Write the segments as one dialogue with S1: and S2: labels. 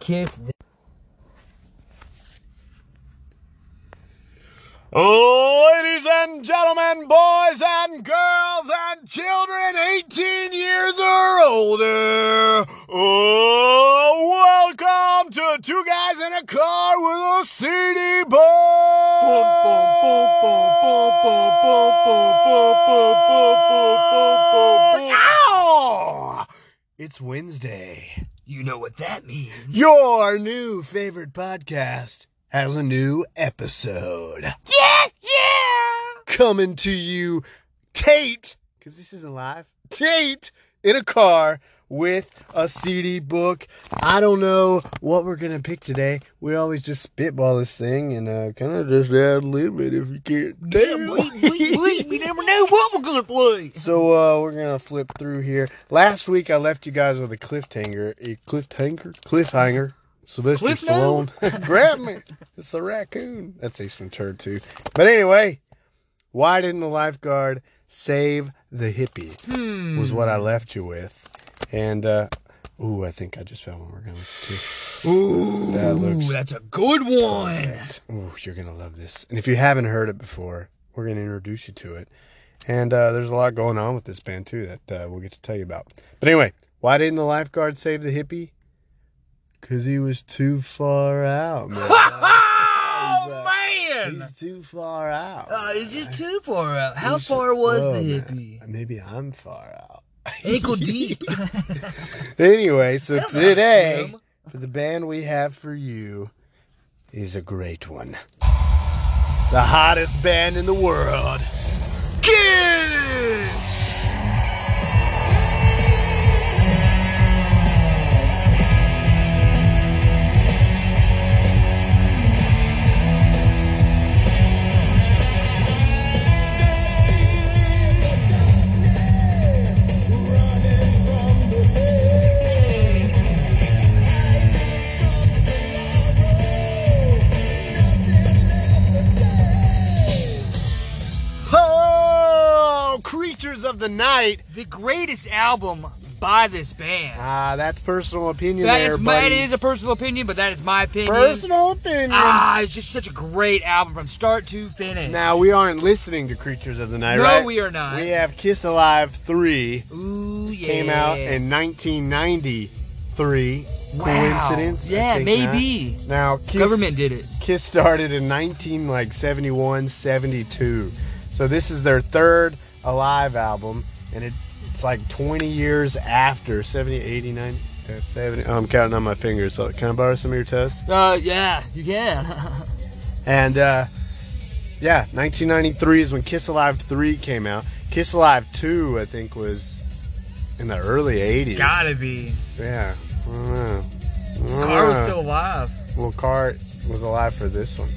S1: kiss
S2: Ladies and gentlemen, boys and girls and children 18 years or older, oh, welcome to Two Guys in a Car with a CD boy. Ow! It's Wednesday.
S1: You know what that means.
S2: Your new favorite podcast has a new episode.
S1: Yeah, yeah.
S2: coming to you Tate, because this isn't live, Tate in a car with a CD book. I don't know what we're going to pick today. We always just spitball this thing and uh, kind of just ad lib it if you can't tell.
S1: We, we, we, we never know what we're gonna play.
S2: So uh, we're gonna flip through here. Last week I left you guys with a cliffhanger, a cliffhanger, cliffhanger. Sylvester
S1: Cliff note?
S2: Stallone, grab me! It's a raccoon. That's Ace Ventura too. But anyway, why didn't the lifeguard save the hippie?
S1: Hmm.
S2: Was what I left you with, and uh, ooh, I think I just found what we're gonna listen to.
S1: Ooh,
S2: That looks-
S1: that's a good one.
S2: Ooh, you're gonna love this. And if you haven't heard it before, we're gonna introduce you to it. And uh, there's a lot going on with this band too that uh, we'll get to tell you about. But anyway, why didn't the lifeguard save the hippie? Cause he was too far out, man.
S1: Oh man,
S2: He's too far out.
S1: uh, it's just too far out. How
S2: He's-
S1: far was
S2: whoa,
S1: the
S2: man.
S1: hippie?
S2: Maybe I'm far out.
S1: Ankle deep.
S2: Anyway, so
S1: don't know,
S2: today,
S1: Sam.
S2: for the band we have for you is a great one. The hottest band in the world. Kiss! Oh, creatures of the night.
S1: the greatest album by this band.
S2: Ah, that's personal opinion
S1: That
S2: there,
S1: is my,
S2: buddy.
S1: it is a personal opinion, but that is my opinion.
S2: personal opinion.
S1: Ah, it's just such a great album from start to finish.
S2: Now we aren't listening to Creatures of the Night,
S1: no,
S2: right?
S1: we are not.
S2: We have Kiss Alive 3
S1: Ooh, yeah.
S2: came out in 1993.
S1: Wow.
S2: Coincidence? I
S1: Yeah,
S2: think
S1: maybe.
S2: not. Now, Kiss,
S1: Government did it.
S2: Kiss started in 19 like 71, 72. So this is their third Alive album, and it, it's like 20 years after 70, 80, 90, uh, 70. I'm counting on my fingers. So can I borrow some of your toast?
S1: Uh, yeah, you can.
S2: And uh, yeah, 1993 is when Kiss Alive 3 came out. Kiss Alive 2, I think, was in the early 80s.
S1: Gotta be.
S2: Yeah. I don't know. I don't
S1: Car was
S2: know.
S1: still alive.
S2: Well, Carr was alive for this one.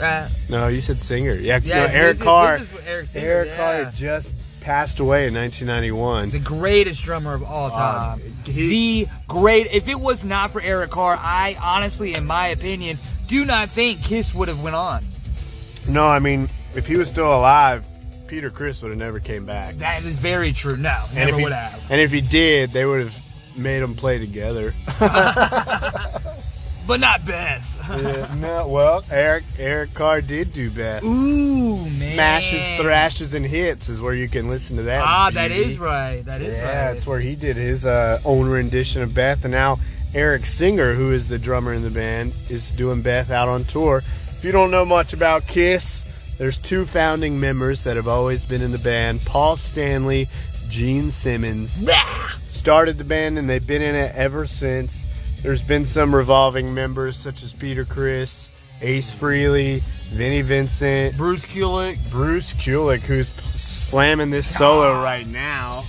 S1: Uh,
S2: No, you said singer. Yeah,
S1: yeah,
S2: no, Eric
S1: this is-
S2: Carr.
S1: This is Eric, Singer,
S2: Eric
S1: yeah.
S2: Carr just passed away in 1991.
S1: the greatest drummer of all time.
S2: he-
S1: the great. If it was not for Eric Carr, I honestly, in my opinion, do not think Kiss would have went on.
S2: No, I mean, if he was still alive, Peter Chris would have never came back.
S1: That is very true. No,
S2: if
S1: never
S2: he,
S1: would have.
S2: and if he did, they would have made them play together.
S1: But not Beth.
S2: Yeah, no, well, Eric Eric Carr did do best.
S1: Ooh, man.
S2: Smashes, thrashes, and hits is where you can listen to that.
S1: Ah, that
S2: beauty.
S1: is right. That is
S2: Yeah,
S1: right.
S2: that's where he did his uh, own rendition of Beth. And now Eric Singer, who is the drummer in the band, is doing Beth out on tour. If you don't know much about Kiss, there's two founding members that have always been in the band Paul Stanley, Gene Simmons. Started the band and they've been in it ever since. There's been some revolving members such as Peter Chris, Ace Frehley, Vinnie Vincent,
S1: Bruce Kulick.
S2: Bruce Kulick, who's slamming this solo right now.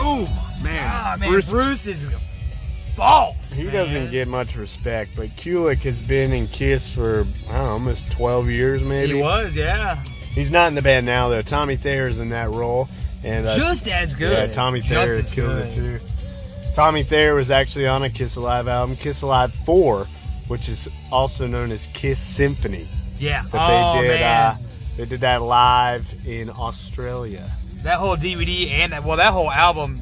S1: Ooh,
S2: Man,
S1: ah, man,
S2: Bruce,
S1: Bruce, is false.
S2: he doesn't get much respect, but Kulick has been in Kiss for I don't know, almost 12 years, maybe.
S1: He was, yeah.
S2: He's not in the band now though. Tommy Thayer's in that role, and uh,
S1: just as good.
S2: yeah, Tommy
S1: Just
S2: Thayer
S1: as
S2: killed
S1: good.
S2: it too. Tommy Thayer was actually on a Kiss Alive album, Kiss Alive Four, which is also known as Kiss Symphony.
S1: Yeah.
S2: But they
S1: Oh,
S2: did
S1: man.
S2: Uh, they did that live in Australia.
S1: That whole DVD and that, well, that whole album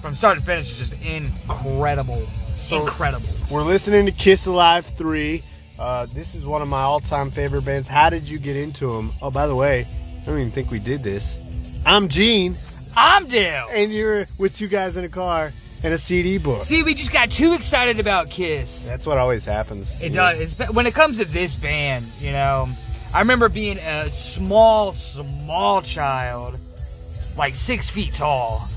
S1: from start to finish is just incredible. incredible.
S2: We're listening to Kiss Alive 3. Uh, this is one of my all time favorite bands. How did you get into them? Oh, by the way, I don't even think we did this. I'm Gene,
S1: I'm down.
S2: and you're with two guys in a car and a CD book.
S1: See, we just got too excited about Kiss.
S2: That's what always happens.
S1: It does. It's, when it comes to this band, you know, I remember being a small, small child, like six feet tall,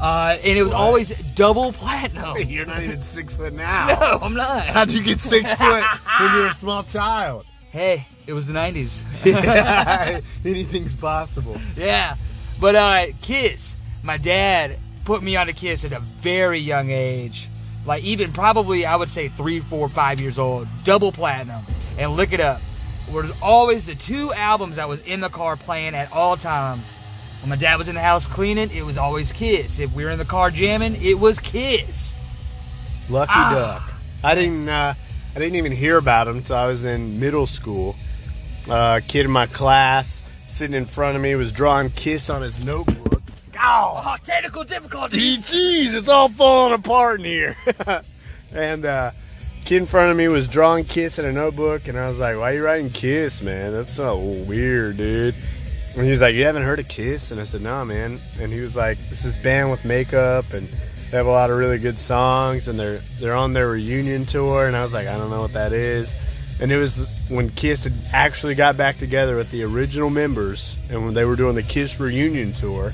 S1: uh, and it was
S2: What?
S1: always double platinum.
S2: You're not even six foot now.
S1: No, I'm not.
S2: How'd you get six foot when you were a small child?
S1: Hey, it was the '90s.
S2: Anything's possible.
S1: yeah, but uh, Kiss. My dad put me on to Kiss at a very young age, like even probably I would say three, four, five years old. Double platinum, and look it up. Were always the two albums I was in the car playing at all times. When my dad was in the house cleaning, it was always Kiss. If we were in the car jamming, it was Kiss.
S2: Lucky
S1: Ah.
S2: Duck. I didn't. Uh, I didn't even hear about him until I was in middle school. Uh, kid in my class sitting in front of me was drawing kiss on his notebook.
S1: Oh, technical difficulties.
S2: Gee, Jeez, it's all falling apart in here. and uh, kid in front of me was drawing kiss in a notebook, and I was like, "Why you writing kiss, man? That's so weird, dude." And he was like, "You haven't heard of Kiss?" And I said, "Nah, man." And he was like, "This is band with makeup, and they have a lot of really good songs, and they're they're on their reunion tour." And I was like, "I don't know what that is." And it was when Kiss had actually got back together with the original members, and when they were doing the Kiss reunion tour.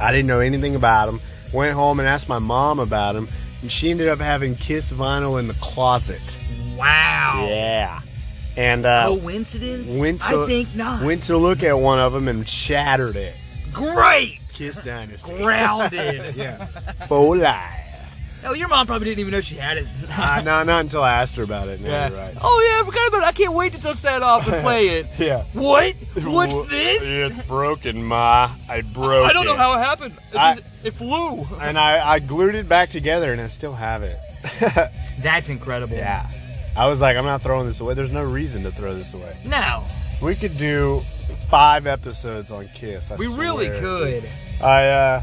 S2: I didn't know anything about them. Went home and asked my mom about them, and she ended up having Kiss vinyl in the closet.
S1: Wow.
S2: Yeah. And uh,
S1: Coincidence?
S2: went to
S1: I think not.
S2: went to look at one of them and shattered it.
S1: Great.
S2: Kiss Dynasty.
S1: Grounded.
S2: yeah. For life.
S1: Oh, your mom probably didn't even know she had it.
S2: Uh, no, not until I asked her about it. No,
S1: Yeah.
S2: you're right.
S1: Oh yeah, I forgot about it. I can't wait to touch that off and play it.
S2: Yeah.
S1: What? What's this?
S2: It's broken, Ma. I broke
S1: I don't know
S2: it.
S1: how it happened. It,
S2: I-
S1: just- it flew.
S2: And I, I glued it back together, and I still have it.
S1: That's incredible.
S2: yeah. I was like, I'm not throwing this away. There's no reason to throw this away.
S1: No,
S2: We could do five episodes on Kiss. I
S1: we really
S2: swear.
S1: could.
S2: I uh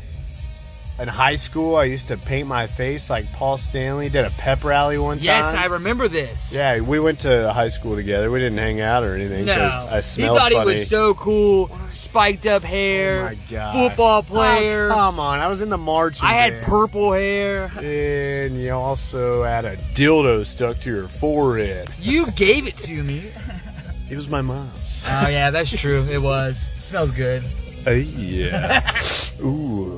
S2: in high school I used to paint my face like Paul Stanley did a pep rally one time.
S1: Yes, I remember this.
S2: Yeah, we went to high school together. We didn't hang out or anything because
S1: No.
S2: I smelled
S1: he thought
S2: funny.
S1: he was so cool. Spiked up hair.
S2: Oh my God.
S1: Football
S2: Oh,
S1: player.
S2: come on, I was in the marching.
S1: I had
S2: band.
S1: purple hair.
S2: and you also had a dildo stuck to your forehead.
S1: You gave it to me.
S2: It was my mom's.
S1: Oh yeah, that's true. It was. Smells good.
S2: Uh, yeah. Ooh.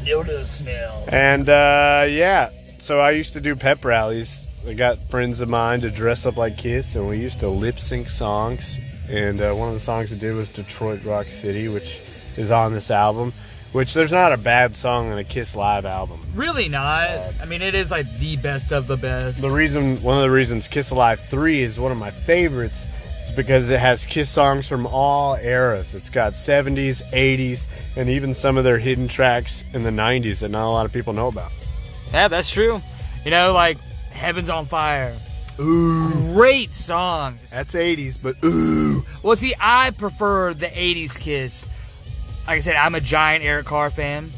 S1: Dildo smell.
S2: And uh, yeah, so I used to do pep rallies. I got friends of mine to dress up like Kiss, and we used to lip sync songs. And uh, one of the songs we did was Detroit Rock City, which is on this album. Which there's not a bad song on a Kiss live album.
S1: Really not. I mean, it is like the best of the best.
S2: The reason, one of the reasons Kiss Alive 3 is one of my favorites is because it has Kiss songs from all eras. It's got 70s, 80s, and even some of their hidden tracks in the 90s that not a lot of people know about.
S1: Yeah, that's true. You know, like Heaven's on Fire. Ooh. Great song.
S2: That's 80s, but ooh.
S1: Well, see, I prefer the 80s Kiss. Like I said, I'm a giant Eric Carr fan.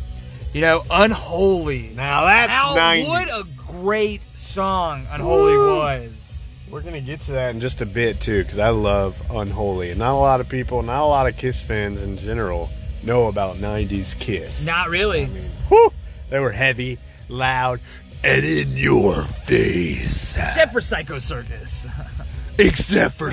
S1: You know, Unholy.
S2: Now that's
S1: Now,
S2: 90.
S1: what a great song Unholy
S2: Woo.
S1: was.
S2: We're gonna get to that in just a bit too, because I love Unholy, and not a lot of people, not a lot of Kiss fans in general, know about '90s Kiss.
S1: Not really.
S2: Whew! they were heavy, loud, and in your face,
S1: Except for Psycho Circus.
S2: except for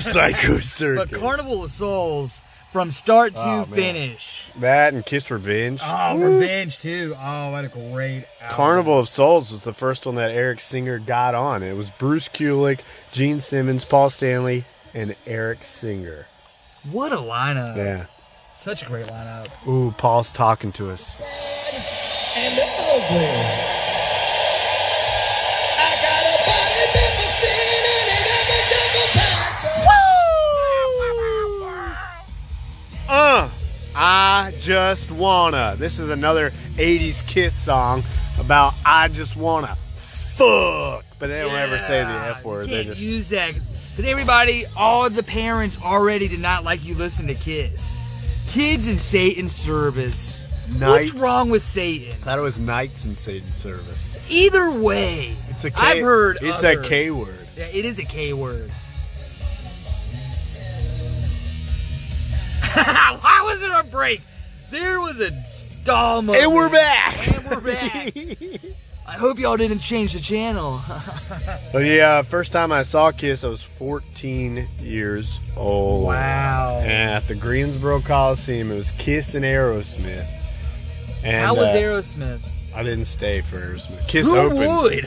S2: Psycho
S1: But
S2: Circus.
S1: Carnival of Souls, from start to
S2: Oh, man.
S1: finish.
S2: that and Kiss Revenge.
S1: Oh, Revenge, too. Oh, what a great album.
S2: Carnival of Souls was the first one that Eric Singer got on. It was Bruce Kulick, Gene Simmons, Paul Stanley, and Eric Singer.
S1: What a lineup.
S2: Yeah.
S1: Such a great lineup.
S2: Ooh, Paul's talking to us.
S3: and ugly. I got a body that was seen in it every double passion.
S2: Uh, I just wanna. This is another 80s Kiss song about I just wanna fuck. But they don't ever say the
S1: Yeah,
S2: F word.
S1: You
S2: They
S1: can't
S2: just.
S1: use that Because everybody, all the parents already did not like you listen to Kiss. Kids in Satan's service.
S2: Knights.
S1: What's wrong with Satan?
S2: That was Knights in Satan's service.
S1: Either way,
S2: It's a K.
S1: I've heard
S2: It's
S1: other-
S2: a K word.
S1: Yeah, it is a K word. Why was there a break? There was a stall moment.
S2: And we're back.
S1: And we're back. I hope y'all didn't change the channel.
S2: Well, yeah, first time I saw Kiss, I was 14 years old.
S1: Wow.
S2: And at the Greensboro Coliseum, it was Kiss and Aerosmith. And
S1: How was
S2: uh,
S1: Aerosmith?
S2: I didn't stay for Aerosmith. Kiss
S1: Who
S2: opened.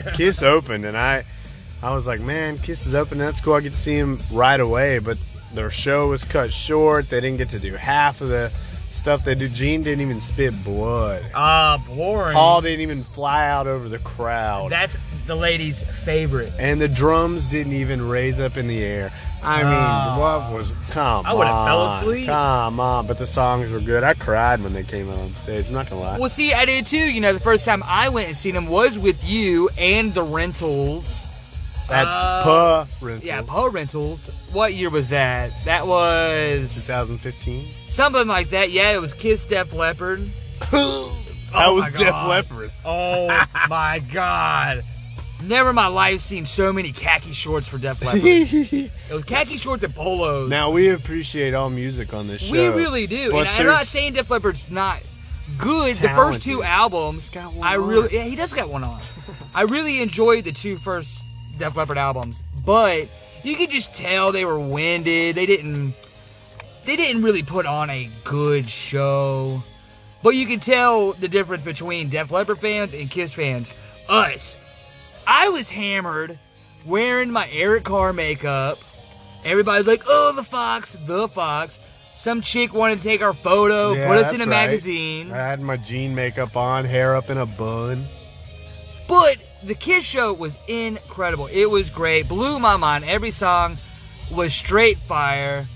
S1: would?
S2: Kiss opened, and I, I was like, man, Kiss is open. That's cool. I get to see him right away. But their show was cut short. They didn't get to do half of the stuff they do. Gene didn't even spit blood.
S1: Ah, boring.
S2: Paul didn't even fly out over the crowd.
S1: That's the lady's favorite.
S2: and the drums didn't even raise up in the air. I mean,
S1: Oh.
S2: what was? Come
S1: I would've
S2: on,
S1: fell asleep.
S2: Come on, but the songs were good. I cried when they came out on stage. I'm not gonna lie.
S1: Well, see, I did too. You know, the first time I went and seen them was with you and the rentals.
S2: That's
S1: uh,
S2: uh, Puh
S1: Yeah, Paul Rentals. What year was that? That was
S2: 2015.
S1: something like that. Yeah, it was Kiss, Def Leppard.
S2: that
S1: Oh
S2: was
S1: my
S2: Def
S1: God.
S2: Leppard.
S1: Oh my God! Never in my life seen so many khaki shorts for Def Leppard. it was khaki shorts and polos.
S2: Now we appreciate all music on this show.
S1: we really do,
S2: but
S1: and I'm not
S2: there's-
S1: saying Def Leppard's not good. The
S2: Talented.
S1: first two albums,
S2: He's got one
S1: I
S2: on.
S1: really, yeah, he does got one on. I really enjoyed the two first Def Leppard albums, but you could just tell they were winded. They didn't, they didn't really put on a good show. But you can tell the difference between Def Leppard fans and Kiss fans. Us, I was hammered, wearing my Eric Carr makeup. Everybody's like, "Oh, the Fox, the Fox." Some chick wanted to take our photo,
S2: Yeah,
S1: put us in a
S2: that's right.
S1: magazine.
S2: I had my jean makeup on, hair up in a bun.
S1: But the Kiss show was incredible. It was great. Blew my mind. Every song was straight fire.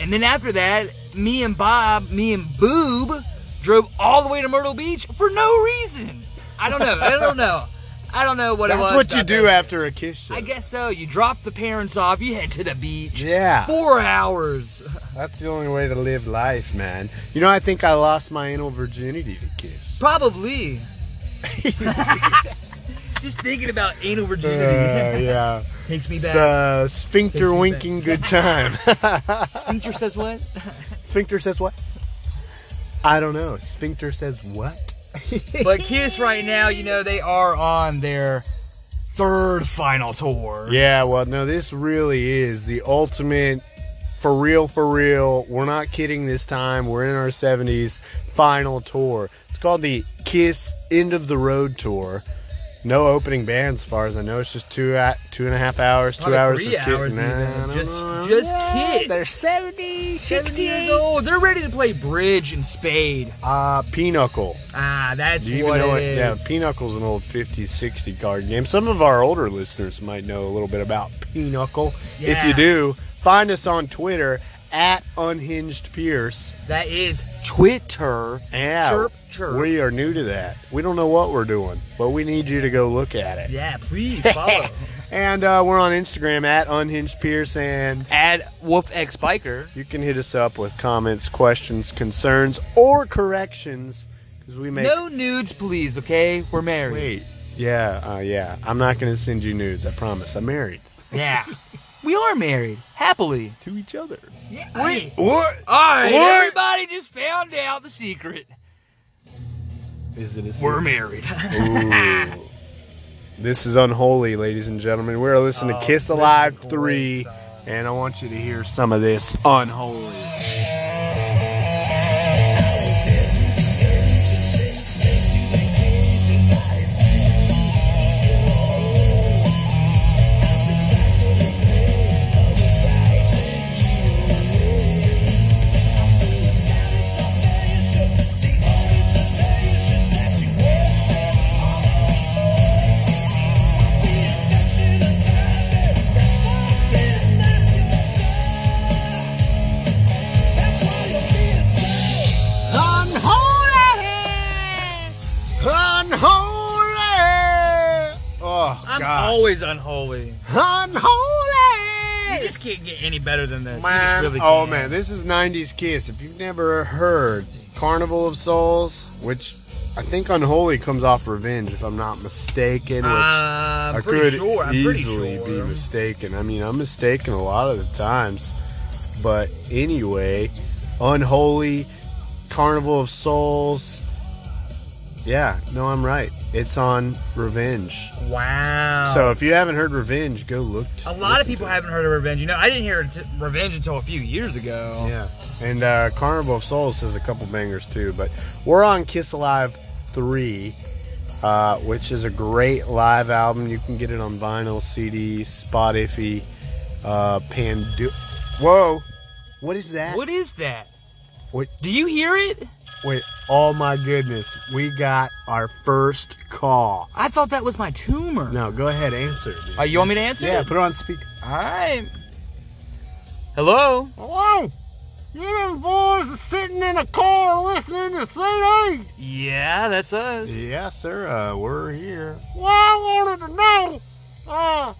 S1: And then after that, me and Bob, me and Boob, drove all the way to Myrtle Beach for no reason. I don't know. I don't know. I don't know what it was.
S2: That's what you
S1: about
S2: do
S1: that.
S2: after a Kiss show.
S1: I guess so. You drop the parents off. You head to the beach.
S2: Yeah.
S1: Four hours.
S2: That's the only way to live life, man. You know, I think I lost my anal virginity to Kiss.
S1: Probably. Just thinking about anal
S2: Uh,
S1: virginity
S2: yeah.
S1: takes me
S2: It's
S1: back.
S2: uh, sphincter
S1: Takes me
S2: winking good time.
S1: Teacher says what?
S2: sphincter says what? I don't know. Sphincter says what?
S1: But Kiss right now, you know, they are on their third final tour.
S2: Yeah, well, no, this really is the ultimate for real, for real. We're not kidding this time. We're in our 70s final tour. It's called the Kiss End of the Road Tour. No opening band, as far as I know. It's just two uh, two and a half hours, two
S1: Probably
S2: hours
S1: three
S2: of Kiss.
S1: hours
S2: Nah,
S1: even.
S2: I don't
S1: Just-
S2: know.
S1: just
S2: Yeah,
S1: Kiss.
S2: They're 70,
S1: 70 years
S2: 68.
S1: old. They're ready to play bridge and spade.
S2: Uh, Pinochle.
S1: Ah, that's
S2: Do you
S1: what
S2: even know
S1: it
S2: it?
S1: is.
S2: Yeah, Pinuckle's an old 50s, 60 card game. Some of our older listeners might know a little bit about Pinuckle. If
S1: Yeah.
S2: you do, find us on Twitter at Unhinged Pierce.
S1: that is Twitter.
S2: Yeah,
S1: Chirp, chirp.
S2: We are new to that. We don't know what we're doing, but we need you to go look at it.
S1: Yeah, please follow.
S2: And uh, we're on Instagram at Unhinged Pierce, and
S1: Add Wolf X Biker.
S2: you can hit us up with comments, questions, concerns, or corrections because we make.
S1: No nudes, please, okay? We're married.
S2: Wait. Yeah, uh, yeah. I'm not going to send you nudes. I promise. I'm married
S1: Yeah. we are married. Happily.
S2: to each other.
S1: Yeah. Wait.
S2: What?
S1: Alright,
S2: What?
S1: everybody just found out the secret.
S2: Is it a Oh,
S1: We're married.
S2: secret? Ooh. This is unholy, ladies and gentlemen. We're listening
S1: Oh,
S2: to
S1: this
S2: Kiss
S1: is a
S2: Alive
S1: great
S2: 3,
S1: song.
S2: and I want you to hear some of this unholy.
S3: That's why you're feeling safe.
S1: Unholy!
S2: Unholy! Oh,
S1: I'm
S2: God.
S1: always unholy.
S2: Unholy!
S1: Kiss can't get any better than this. You just
S2: Man,
S1: really
S2: oh
S1: can't.
S2: man, this is '90s Kiss. If you've never heard Carnival of Souls, which I think Unholy comes off Revenge, if I'm not mistaken, which
S1: I'm
S2: I
S1: pretty
S2: could
S1: sure. I'm pretty
S2: easily
S1: sure.
S2: be mistaken. I mean, I'm mistaken a lot of the times, but anyway, Unholy, Carnival of Souls. Yeah, no, I'm right. It's on Revenge.
S1: Wow.
S2: So if you haven't heard Revenge, go look.
S1: Oh. a lot of
S2: listen
S1: people
S2: to it.
S1: haven't heard of Revenge. You know, I didn't hear t- Revenge until a few years ago.
S2: Yeah. And uh, Carnival of Souls has a couple bangers too, but we're on Kiss Alive 3, uh, which is a great live album. You can get it on vinyl, CD, Spotify, uh, Pandu. Whoa! What is that?
S1: What is that?
S2: What-
S1: Do you hear it?
S2: Wait, oh my goodness. We got our first call.
S1: I thought that was my tumor.
S2: No, go ahead, answer it. dude.
S1: Oh, you want me to answer?
S2: yeah,
S1: it?
S2: put it on speaker.
S1: All right. Hello.
S2: Hello! You them boys are sitting in a car listening to CD!
S1: Yeah, that's us.
S2: Yeah, sir, uh, we're here.
S4: Well, I wanted to know, uh,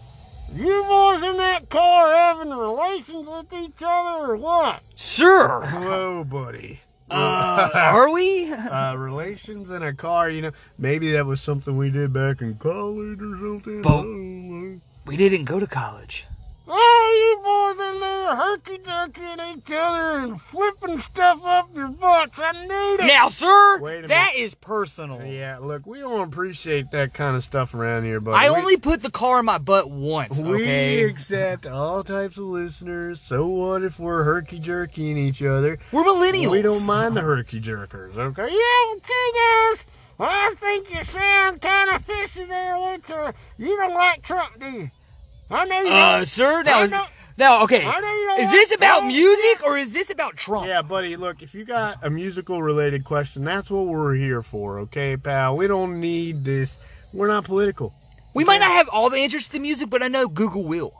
S4: you boys in that car having relations with each other or what?
S1: Sure.
S2: Hello, buddy.
S1: Uh, are we?
S2: Uh, relations in a car, you know, maybe that was something we did back in college or something.
S1: But-
S2: I don't know.
S1: We didn't go to college.
S4: Oh, you boys in there herky-jerkying each other and flipping stuff up your butts. I knew that.
S1: Now, sir,
S2: Wait a
S1: that is personal.
S2: Yeah, look, we don't appreciate that kind of stuff around here, buddy.
S1: I
S2: We-
S1: only put the car in my butt once.
S2: We
S1: Okay.
S2: accept all types of listeners. So what if we're herky jerking each other?
S1: We're millennials.
S2: We don't mind the herky jerkers, okay?
S4: Yeah, but you guys, I think you sound kind of fishy there with your, you don't like Trump, do you? I know you
S1: Uh,
S4: don't.
S1: sir, now
S4: I
S1: is
S4: don't-
S1: now okay.
S4: I don't
S1: Is
S4: like
S1: this about
S4: Trump.
S1: music or is this about Trump?
S2: Yeah, buddy, look, if you got a musical related question, that's what we're here for, okay, pal? We don't need this. We're not political.
S1: We might not have all the interest in music, but I know Google will.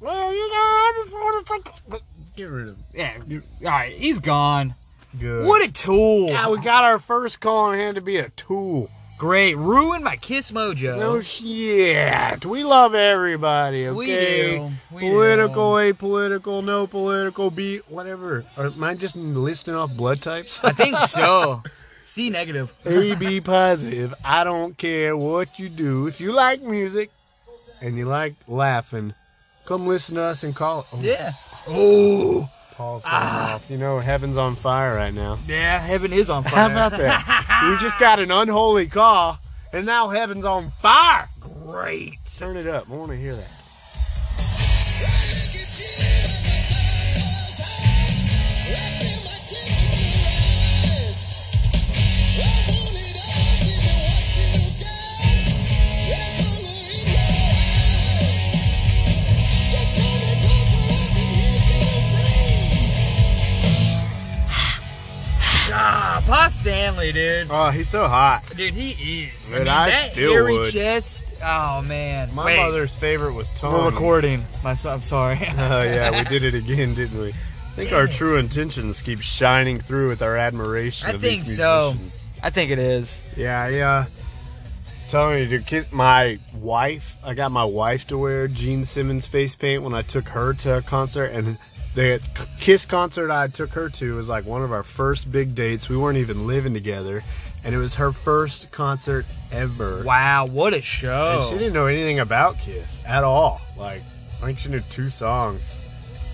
S4: Well, you know, I just wanted to...
S2: Get rid of him.
S1: Yeah. All right, he's gone.
S2: Good.
S1: What a tool!
S2: Yeah, we got our first call on hand to be a tool.
S1: Great, ruined my kiss mojo.
S2: No shit. We love everybody, okay?
S1: We do. We
S2: political,
S1: do.
S2: apolitical, no political, be whatever. Or am I just listing off blood types?
S1: I think so. C negative.
S2: A, B positive. I don't care what you do. If you like music and you like laughing, come listen to us and call. Oh,
S1: Yeah. Ah. Oh.
S2: Paul's going off. You know, heaven's on fire right now.
S1: Yeah, heaven is on fire.
S2: How about that? we just got an unholy call, and now heaven's on fire.
S1: Great.
S2: Turn it up. I want to hear that.
S1: Ah, Pa Stanley, dude.
S2: Oh, he's so hot.
S1: Dude, he is.
S2: But I
S1: that
S2: still
S1: hairy
S2: would.
S1: chest. Oh man.
S2: My
S1: Wait,
S2: mother's favorite was Tom.
S1: We're recording. My son, I'm sorry.
S2: Oh yeah, we did it again, didn't we? I think our true intentions keep shining through with our admiration
S1: I
S2: of
S1: think
S2: these
S1: so.
S2: musicians.
S1: I think it is.
S2: Yeah, yeah. Telling you, dude, kid, my wife, I got my wife to wear Gene Simmons face paint when I took her to a concert. And the Kiss concert I took her to was like one of our first big dates. We weren't even living together. And it was her first concert ever.
S1: Wow, what a
S2: And she
S1: show.
S2: didn't know anything about Kiss at all. Like, I think she knew two songs.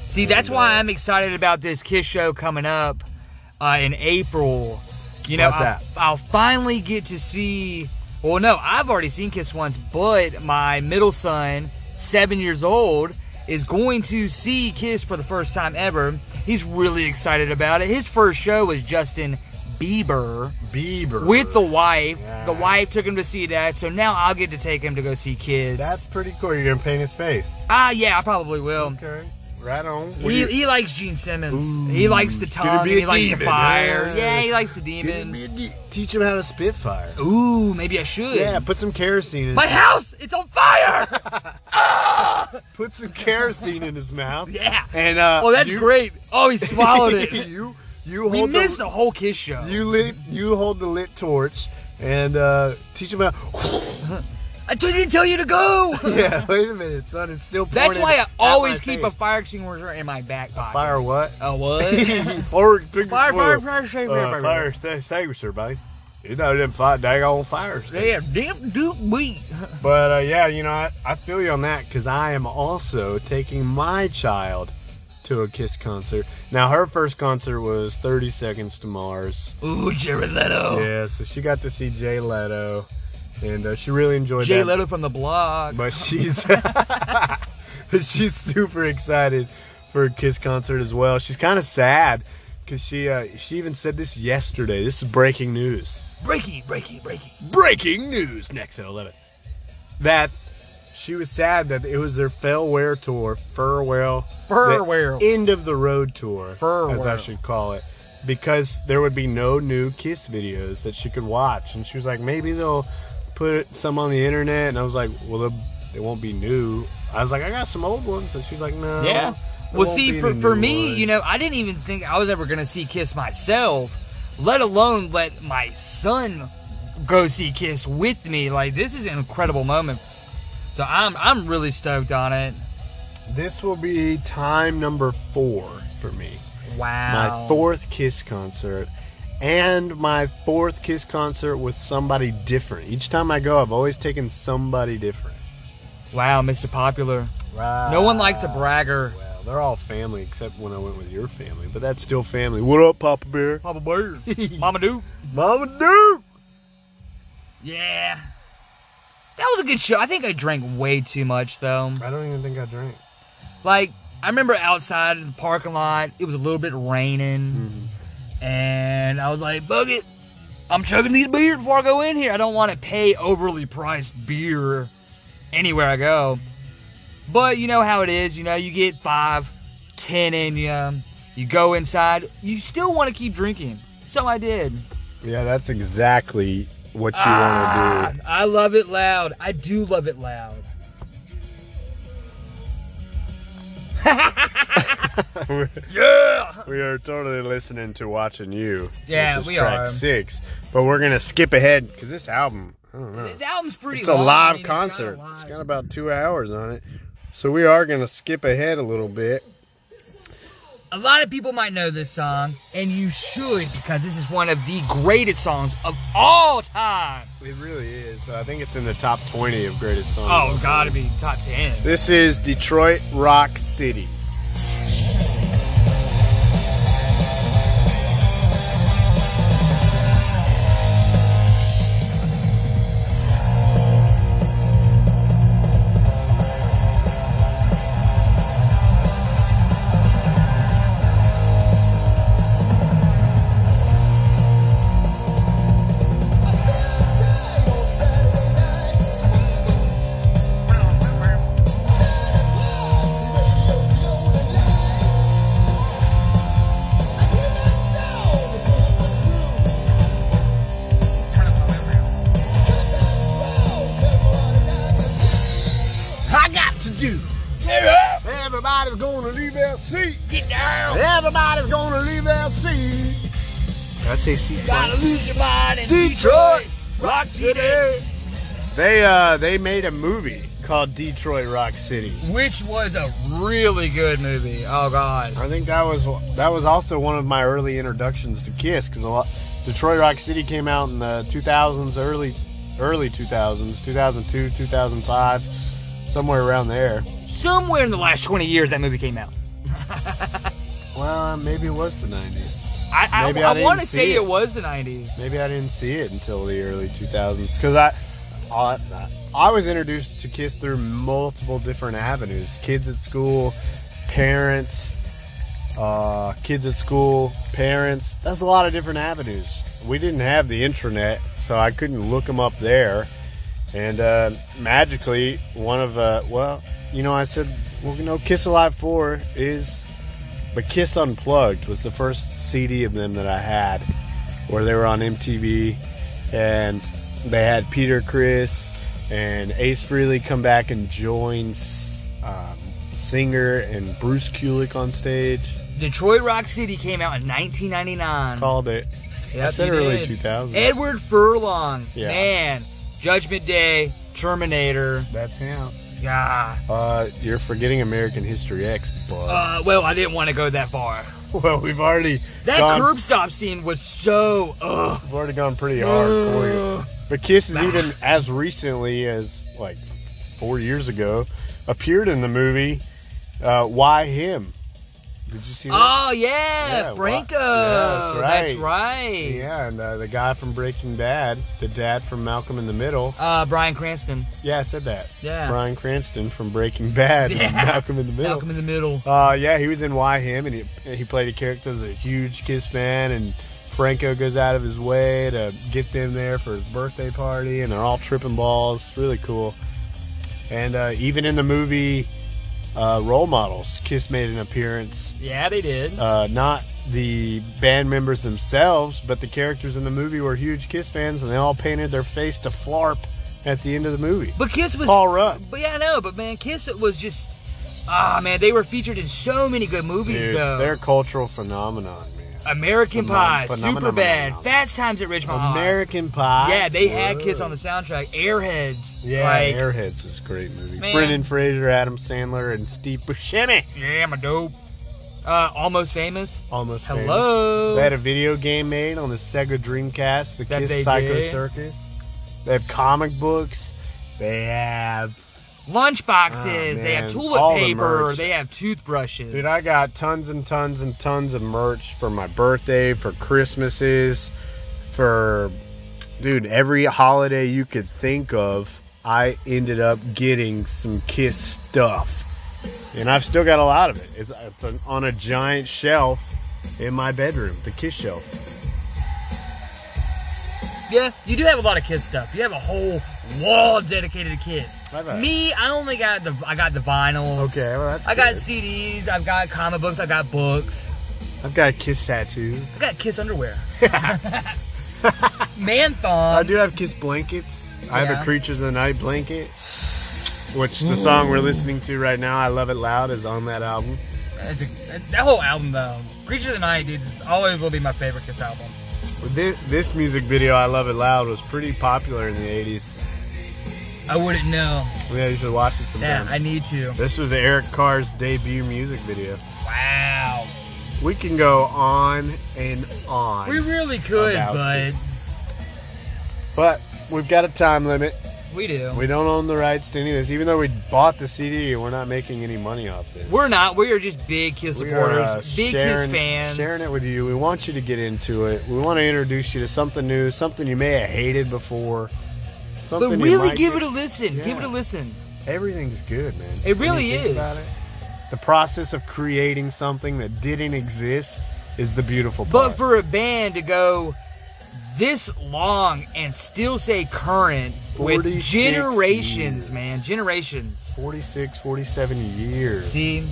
S1: See, that's why I'm excited about this Kiss show coming up uh, in April. You know,
S2: What's
S1: I'll,
S2: that?
S1: I'll finally get to see. Well, no, I've already seen Kiss once, but my middle son, seven years old, is going to see Kiss for the first time ever. He's really excited about it. His first show was Justin Bieber
S2: Bieber.
S1: with the wife. The
S2: Yeah.
S1: wife took him to see that, so now I'll get to take him to go see Kiss.
S2: That's pretty cool. You're going to paint his face.
S1: Ah, yeah, I probably will.
S2: Okay. Right on. What do
S1: He,
S2: you-
S1: he likes Gene Simmons.
S2: Ooh,
S1: he likes the
S2: it's gonna
S1: tongue.
S2: be
S1: He
S2: a
S1: likes the
S2: demon,
S1: fire.
S2: huh?
S1: Yeah, he likes the
S2: Get him
S1: demon.
S2: in the- Teach him how to spit fire.
S1: Ooh, maybe I should.
S2: Yeah, put some kerosene in.
S1: My house, it's on fire.
S2: Put some kerosene in his mouth.
S1: yeah.
S2: And uh,
S1: Oh, that's
S2: you-
S1: great. Oh, he swallowed it.
S2: you you
S1: we
S2: hold
S1: missed
S2: the,
S1: the whole Kiss show.
S2: you lit you hold the lit torch and uh, teach him how.
S1: I didn't tell you to go.
S2: yeah, wait a minute, son. It's still
S1: That's
S2: pointed
S1: why I
S2: at my
S1: always keep a
S2: face.
S1: fire extinguisher in my back pocket.
S2: Fire what?
S1: Oh, what?
S2: fire,
S1: Fire, fire, fire,
S2: Uh,
S1: fire, fire, fire.
S2: extinguisher, buddy. You know them fight dang on fire
S1: Yeah, damn duke weed.
S2: But uh, yeah, you know, I, I feel you on that because I am also taking my child to a Kiss concert. Now, her first concert was 30 Seconds to Mars.
S1: Ooh, Jared Leto.
S2: Yeah, so she got to see Jay Leto, and uh, she really enjoyed
S1: Jay
S2: that.
S1: Leto from the blog.
S2: But she's but she's super excited for a Kiss concert as well. She's kind of sad because she uh, she even said this yesterday. This is breaking news.
S1: breaky, breaky, breaky.
S2: Breaking news next at eleven. That she was sad that it was their farewell tour, farewell,
S1: Farewell.
S2: the end of the road tour, as I
S1: Farewell.
S2: should call it. Because there would be no new Kiss videos that she could watch, and she was like, maybe they'll put some on the internet. And I was like, well, they'll- they won't be new. I was like, I got some old ones, and she's like, no.
S1: Yeah.
S2: there
S1: Well,
S2: won't be
S1: see, for,
S2: any
S1: for
S2: new
S1: me,
S2: ones."
S1: you know, I didn't even think I was ever going to see Kiss myself, let alone let my son go see Kiss with me. Like, this is an incredible moment. So I'm I'm really stoked on it.
S2: this will be time number four for me.
S1: Wow.
S2: my fourth Kiss concert, and my fourth Kiss concert with somebody different. Each time I go, I've always taken somebody different.
S1: wow, Mr. Popular.
S2: Right.
S1: No one likes a bragger.
S2: Well, they're all family except when I went with your family, but that's still family. What up, Papa Bear?
S1: Papa Bird. Mama Duke.
S2: Mama Duke.
S1: Yeah. That was a good show. I think I drank way too much, though.
S2: I don't even think I drank.
S1: Like, I remember outside in the parking lot, it was a little bit raining. And I was like, bug it. I'm chugging these beers before I go in here. I don't want to pay overly priced beer anywhere I go. But you know how it is. You know, you get five, ten in you. You go inside. You still want to keep drinking. So I did.
S2: Yeah, that's exactly what you want to do.
S1: I love it loud. I do love it loud. yeah.
S2: We are totally listening to watching you.
S1: Yeah,
S2: which is
S1: we
S2: track
S1: are.
S2: Six, but we're gonna skip ahead because this album, I don't know.
S1: This album's pretty.
S2: It's a
S1: long. I
S2: live
S1: mean, it's kinda
S2: concert. It's got,
S1: live.
S2: about two hours on it. So we are going to skip ahead a little bit.
S1: A lot of people might know this song, and you should because this is one of the greatest songs of all time.
S2: It really is. I think it's in the top 20 of greatest songs.
S1: Oh, gotta be top ten.
S2: This is Detroit Rock City. I got to do. Everybody's going to leave their seat.
S1: Get down.
S2: Everybody's going to leave their seat. I say seat.
S1: Gotta lose your mind in
S2: Detroit,
S1: Detroit. Rock City.
S2: They uh they made a movie called Detroit Rock City.
S1: Which was a really good movie. Oh God.
S2: I think that was that was also one of my early introductions to Kiss because a lot Detroit Rock City came out in the 2000s, early early 2000s, 2002, 2005, somewhere around there.
S1: Somewhere in the last 20 years that movie came out.
S2: Well, maybe it was the 90s.
S1: I, I,
S2: Maybe I
S1: I,
S2: didn't
S1: want to
S2: see
S1: say
S2: it.
S1: it. was the 90s.
S2: Maybe I didn't see it until the early 2000s because I. I I was introduced to Kiss through multiple different avenues. Kids at school, parents, uh, kids at school, parents. That's a lot of different avenues. We didn't have the intranet, so I couldn't look them up there. And uh, magically, one of uh, well, you know, I said, well, you know, Kiss Alive Four is, but Kiss Unplugged was the first CD of them that I had, where they were on MTV, and they had Peter Chris and Ace Frehley come back and join. s- Um, Singer and Bruce Kulick on stage.
S1: Detroit Rock City came out in 1999.
S2: Called it.
S1: Yep,
S2: I said
S1: you
S2: early
S1: did.
S2: 2000.
S1: Edward Furlong.
S2: Yeah.
S1: Man, Judgment Day, Terminator.
S2: That's him.
S1: Yeah.
S2: Uh, you're forgetting American History X, but
S1: Uh, well, I didn't want to go that far.
S2: well, we've already
S1: That
S2: gone,
S1: curb stop scene was so. Ugh.
S2: we've already gone pretty hard for
S1: Mm.
S2: you. But Kiss is even as recently as like four years ago appeared in the movie. Uh, Why him? Did you see that?
S1: Oh yeah,
S2: Yeah, wha-
S1: Franco.
S2: Yeah, that's
S1: That's right.
S2: Yeah, and uh, the guy from Breaking Bad, the dad from Malcolm in the Middle.
S1: Uh, Brian Cranston.
S2: Yeah, I said that.
S1: Yeah.
S2: Brian Cranston from Breaking Bad and
S1: Yeah.
S2: Malcolm in the Middle.
S1: Malcolm in the Middle.
S2: Uh, yeah, he was in Why Him, and he, he played a character that's a huge Kiss fan, and Franco goes out of his way to get them there for his birthday party, and they're all tripping balls. Really cool. And uh, even in the movie uh, Role Models, Kiss made an appearance.
S1: Yeah, they did.
S2: Uh, not the band members themselves, but the characters in the movie were huge Kiss fans, and they all painted their face to Flarp at the end of the movie.
S1: But Kiss was.
S2: Paul Rudd.
S1: But yeah, I know. But man, Kiss was just. Ah man, they were featured in so many good movies
S2: Dude,
S1: though.
S2: they're a cultural phenomenon, man.
S1: American
S2: Phenom-
S1: Pie,
S2: phenomenon.
S1: Superbad, Fast Times at Ridgemont High.
S2: American Pie.
S1: Oh, Yeah, they had
S2: Whoa.
S1: Kiss on the soundtrack. Airheads.
S2: Yeah,
S1: Like,
S2: Airheads is a great movie.
S1: Man.
S2: Brendan Fraser, Adam Sandler, and Steve Buscemi.
S1: yeah, I'm a dope. Uh, Almost Famous.
S2: Almost Famous.
S1: Hello.
S2: They had a video game made on the Sega Dreamcast, the
S1: That they
S2: Kiss Psycho
S1: did.
S2: Circus. They have comic books. They have.
S1: Lunch boxes.
S2: Ah,
S1: they have
S2: man,
S1: toilet
S2: all the
S1: paper.
S2: merch.
S1: they have toothbrushes.
S2: Dude, I got tons and tons and tons of merch for my birthday, for Christmases, for. Dude, every holiday you could think of, I ended up getting some Kiss stuff. and I've still got a lot of it. It's, it's on- on a giant shelf in my bedroom, the kiss shelf.
S1: Yeah, you do have a lot of Kiss stuff. You have a whole wall dedicated to Kiss.
S2: Bye bye.
S1: Me, I only got the I got the vinyls.
S2: Okay, well that's.
S1: I got
S2: good.
S1: CDs. I've got comic books. I got books.
S2: I've got a kiss tattoo.
S1: I got Kiss underwear. Man thong.
S2: I do have kiss blankets. I have
S1: Yeah.
S2: a Creatures of the Night blanket, which the song we're listening to right now, "I Love It Loud," is on that album.
S1: It's a- that whole album though, Creature of the Night, dude, is- always will be my favorite Kiss album.
S2: This, this music video, "I Love It Loud," was pretty popular in the '80s.
S1: I wouldn't know.
S2: Yeah, you should watch it
S1: Yeah,
S2: sometime.
S1: I need to.
S2: this was Eric Carr's debut music video.
S1: Wow.
S2: We can go on and on.
S1: We really could,
S2: About
S1: but
S2: But we've got a time limit.
S1: we do.
S2: We don't own the rights to any of this. Even though we bought the CD, we're not making any money off this.
S1: We're not. We are just big Kiss
S2: We
S1: supporters,
S2: uh,
S1: big
S2: sharing-
S1: Kiss fans.
S2: Sharing it with you. We want you to get into it. We want to introduce you to something new, something you may have hated before.
S1: But
S2: Something you
S1: really
S2: might
S1: give
S2: get-
S1: it a listen.
S2: Yeah.
S1: Give it a listen.
S2: Everything's good, man.
S1: It
S2: When you
S1: really
S2: think
S1: is.
S2: about it, the process of creating something that didn't exist is the beautiful
S1: But
S2: part.
S1: for a band to go this long and still stay current with
S2: 46
S1: generations,
S2: years.
S1: man, generations.
S2: 46, 47 years.
S1: See,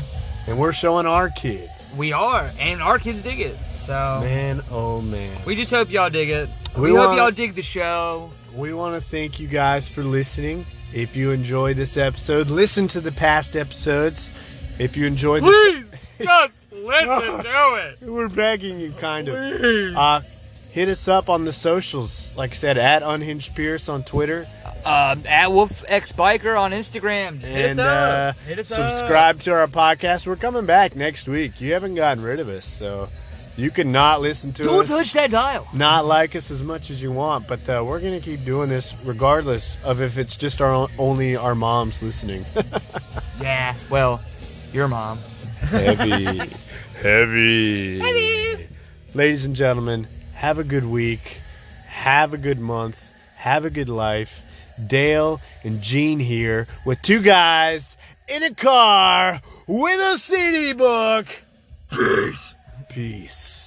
S2: And we're showing our kids.
S1: we are, and our kids dig it. So
S2: Man, oh man.
S1: we just hope y'all dig it. We,
S2: We
S1: hope
S2: want-
S1: y'all dig the show.
S2: We want to thank you guys for listening. If you enjoyed this episode, listen to the past episodes. If you enjoyed this,
S1: Please just listen to it.
S2: we're begging you, kind of. Uh, hit us up on the socials. Like I said, at Unhinged Pierce on Twitter,
S1: Um, at Wolf X Biker on Instagram. Just hit
S2: and
S1: us
S2: uh,
S1: up. Hit us up.
S2: subscribe to our podcast. We're coming back next week. You haven't gotten rid of us, so you can not listen to
S1: Don't
S2: us.
S1: touch that dial.
S2: not like us as much as you want, but uh, we're gonna keep doing this regardless of if it's just our own, only our moms listening.
S1: Yeah. Well, your mom.
S2: heavy, heavy, Ladies and gentlemen, have a good week, have a good month, have a good life. Dale and Gene here with two guys in a car with a CD book. Peace. Peace.